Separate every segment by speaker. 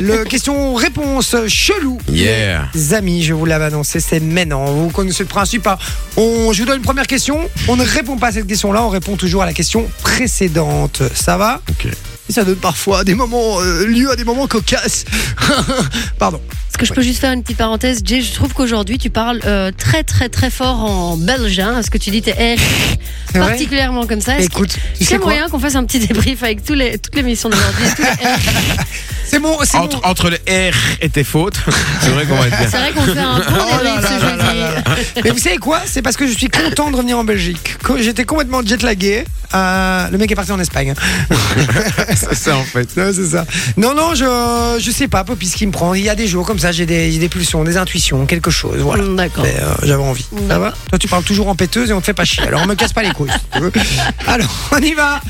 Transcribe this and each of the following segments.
Speaker 1: Le question-réponse chelou.
Speaker 2: Yeah.
Speaker 1: Les amis, je vous l'avais annoncé, c'est maintenant. Vous connaissez le principe. hein. On, je vous donne une première question. On ne répond pas à cette question-là, on répond toujours à la question précédente. Ça va
Speaker 2: Ok.
Speaker 1: Et ça donne parfois des moments, euh, lieu à des moments cocasses. Pardon.
Speaker 3: Est-ce que je peux juste faire une petite parenthèse Jay, je trouve qu'aujourd'hui tu parles euh, très très très fort en belge. Hein, ce que tu dis, t'es
Speaker 1: C'est vrai
Speaker 3: particulièrement comme ça. Est-ce qu'il-
Speaker 1: Écoute, tu
Speaker 3: est-ce
Speaker 1: sais
Speaker 3: qu'il y a
Speaker 1: quoi
Speaker 3: moyen qu'on fasse un petit débrief avec tous les, toutes les missions d'aujourd'hui tous les R
Speaker 1: C'est mon, c'est mon-
Speaker 2: Entre, entre le R et tes fautes, c'est vrai qu'on va être bien.
Speaker 3: C'est vrai qu'on fait un bon
Speaker 1: Oh là
Speaker 3: débrief
Speaker 1: là
Speaker 3: ce
Speaker 1: là là
Speaker 3: jeudi.
Speaker 1: Mais vous savez quoi C'est parce que je suis content de revenir en Belgique. Co- J'étais complètement jetlagué. Euh, le mec est parti en Espagne.
Speaker 2: C'est ça en fait.
Speaker 1: Non, c'est ça. Non, non, je, je sais pas, Poppy, ce qui me prend. Il y a des jours comme ça, j'ai des, j'ai des pulsions, des intuitions, quelque chose, voilà.
Speaker 3: Hum, D'accord.
Speaker 1: Mais, euh, j'avais envie. Ça va
Speaker 3: D'accord.
Speaker 1: Toi, tu parles toujours en péteuse et on te fait pas chier. Alors, on me casse pas les couilles. si tu veux. Alors, on y va.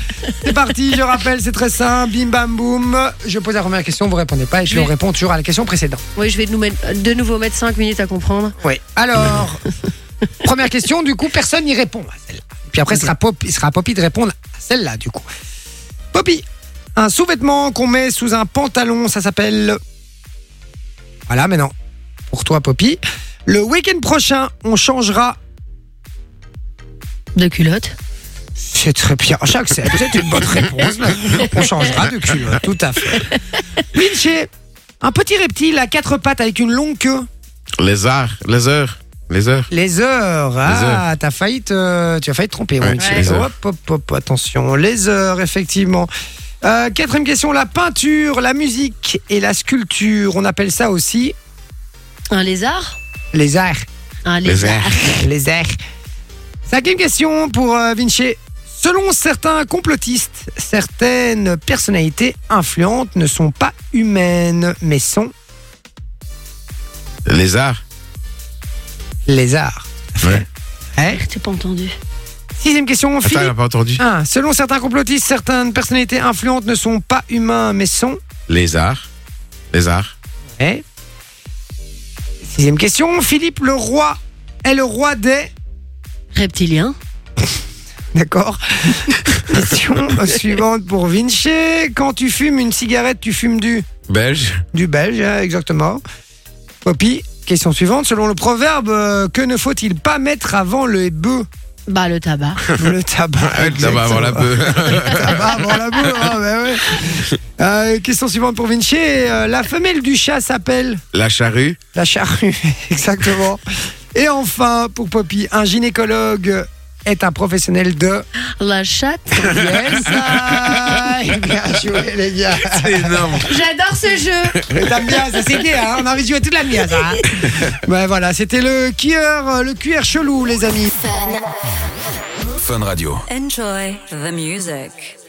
Speaker 1: C'est parti, je rappelle, c'est très simple. Bim, bam, boum. Je pose la première question, vous répondez pas et je
Speaker 3: Oui.
Speaker 1: réponds toujours à la question précédente.
Speaker 3: Oui, je vais nous mettre- de nouveau mettre 5 minutes à comprendre.
Speaker 1: Oui. Alors, première question, du coup, personne n'y répond à celle-là. Puis après, ce sera Poppy, ce sera à Poppy de répondre à celle-là, du coup. Poppy, un sous-vêtement qu'on met sous un pantalon, ça s'appelle. Voilà, maintenant, pour toi, Poppy. Le week-end prochain, on changera.
Speaker 3: De culotte.
Speaker 1: C'est très bien, j'accepte, c'est une bonne réponse. là. On changera de cul, ouais, tout à fait. Vinci, un petit reptile à quatre pattes avec une longue queue.
Speaker 2: Les arts, les heures, les heures.
Speaker 1: Les heures. Ah, t'as failli te- tu as failli te tromper.
Speaker 2: Ouais,
Speaker 1: Winch.
Speaker 3: c'est les
Speaker 1: Hop,
Speaker 2: heures.
Speaker 1: hop, hop, attention. Les heures, effectivement. Euh, quatrième question, la peinture, la musique et la sculpture. On appelle ça aussi
Speaker 3: Un lézard.
Speaker 1: les arts.
Speaker 3: Un
Speaker 2: Les
Speaker 3: lézard.
Speaker 2: arts.
Speaker 1: Les arts. Cinquième question pour euh, Vinci. Selon certains complotistes, certaines personnalités influentes ne sont pas humaines, mais sont
Speaker 2: Les arts.
Speaker 1: les arts.
Speaker 2: Ouais.
Speaker 1: Hein
Speaker 3: T'es pas entendu.
Speaker 1: Sixième question,
Speaker 2: Attends,
Speaker 1: Philippe.
Speaker 2: elle a pas entendu.
Speaker 1: Un, Selon certains complotistes, certaines personnalités influentes ne sont pas humains, mais sont.
Speaker 2: Les arts. Les arts.
Speaker 1: Eh Sixième question. Philippe le roi est le roi des.
Speaker 3: Reptilien.
Speaker 1: D'accord. question suivante pour Vinci. Quand tu fumes une cigarette, tu fumes du.
Speaker 2: Belge.
Speaker 1: Du belge, hein, exactement. Poppy, question suivante. Selon le proverbe, euh, que ne faut-il pas mettre avant le bœuf
Speaker 3: Bah, le tabac.
Speaker 1: Le tabac.
Speaker 2: Ça va avoir la
Speaker 1: exactement.
Speaker 2: peu.
Speaker 1: Ça va avant la boule, hein, ben ouais. Euh, question suivante pour Vinci. Euh, la femelle du chat s'appelle
Speaker 2: La charrue.
Speaker 1: la charrue, exactement. Et enfin, pour Poppy, un gynécologue est un professionnel de...
Speaker 3: La chatte.
Speaker 1: Yes, I. Eh Bien joué, les gars.
Speaker 2: C'est énorme.
Speaker 3: J'adore ce jeu.
Speaker 1: T'aimes bien, ça c'est gay, hein on a envie de jouer toute la nuit à ça. hein. ben voilà, c'était le cuir, euh, le cuir chelou, les amis.
Speaker 4: Enjoy the music.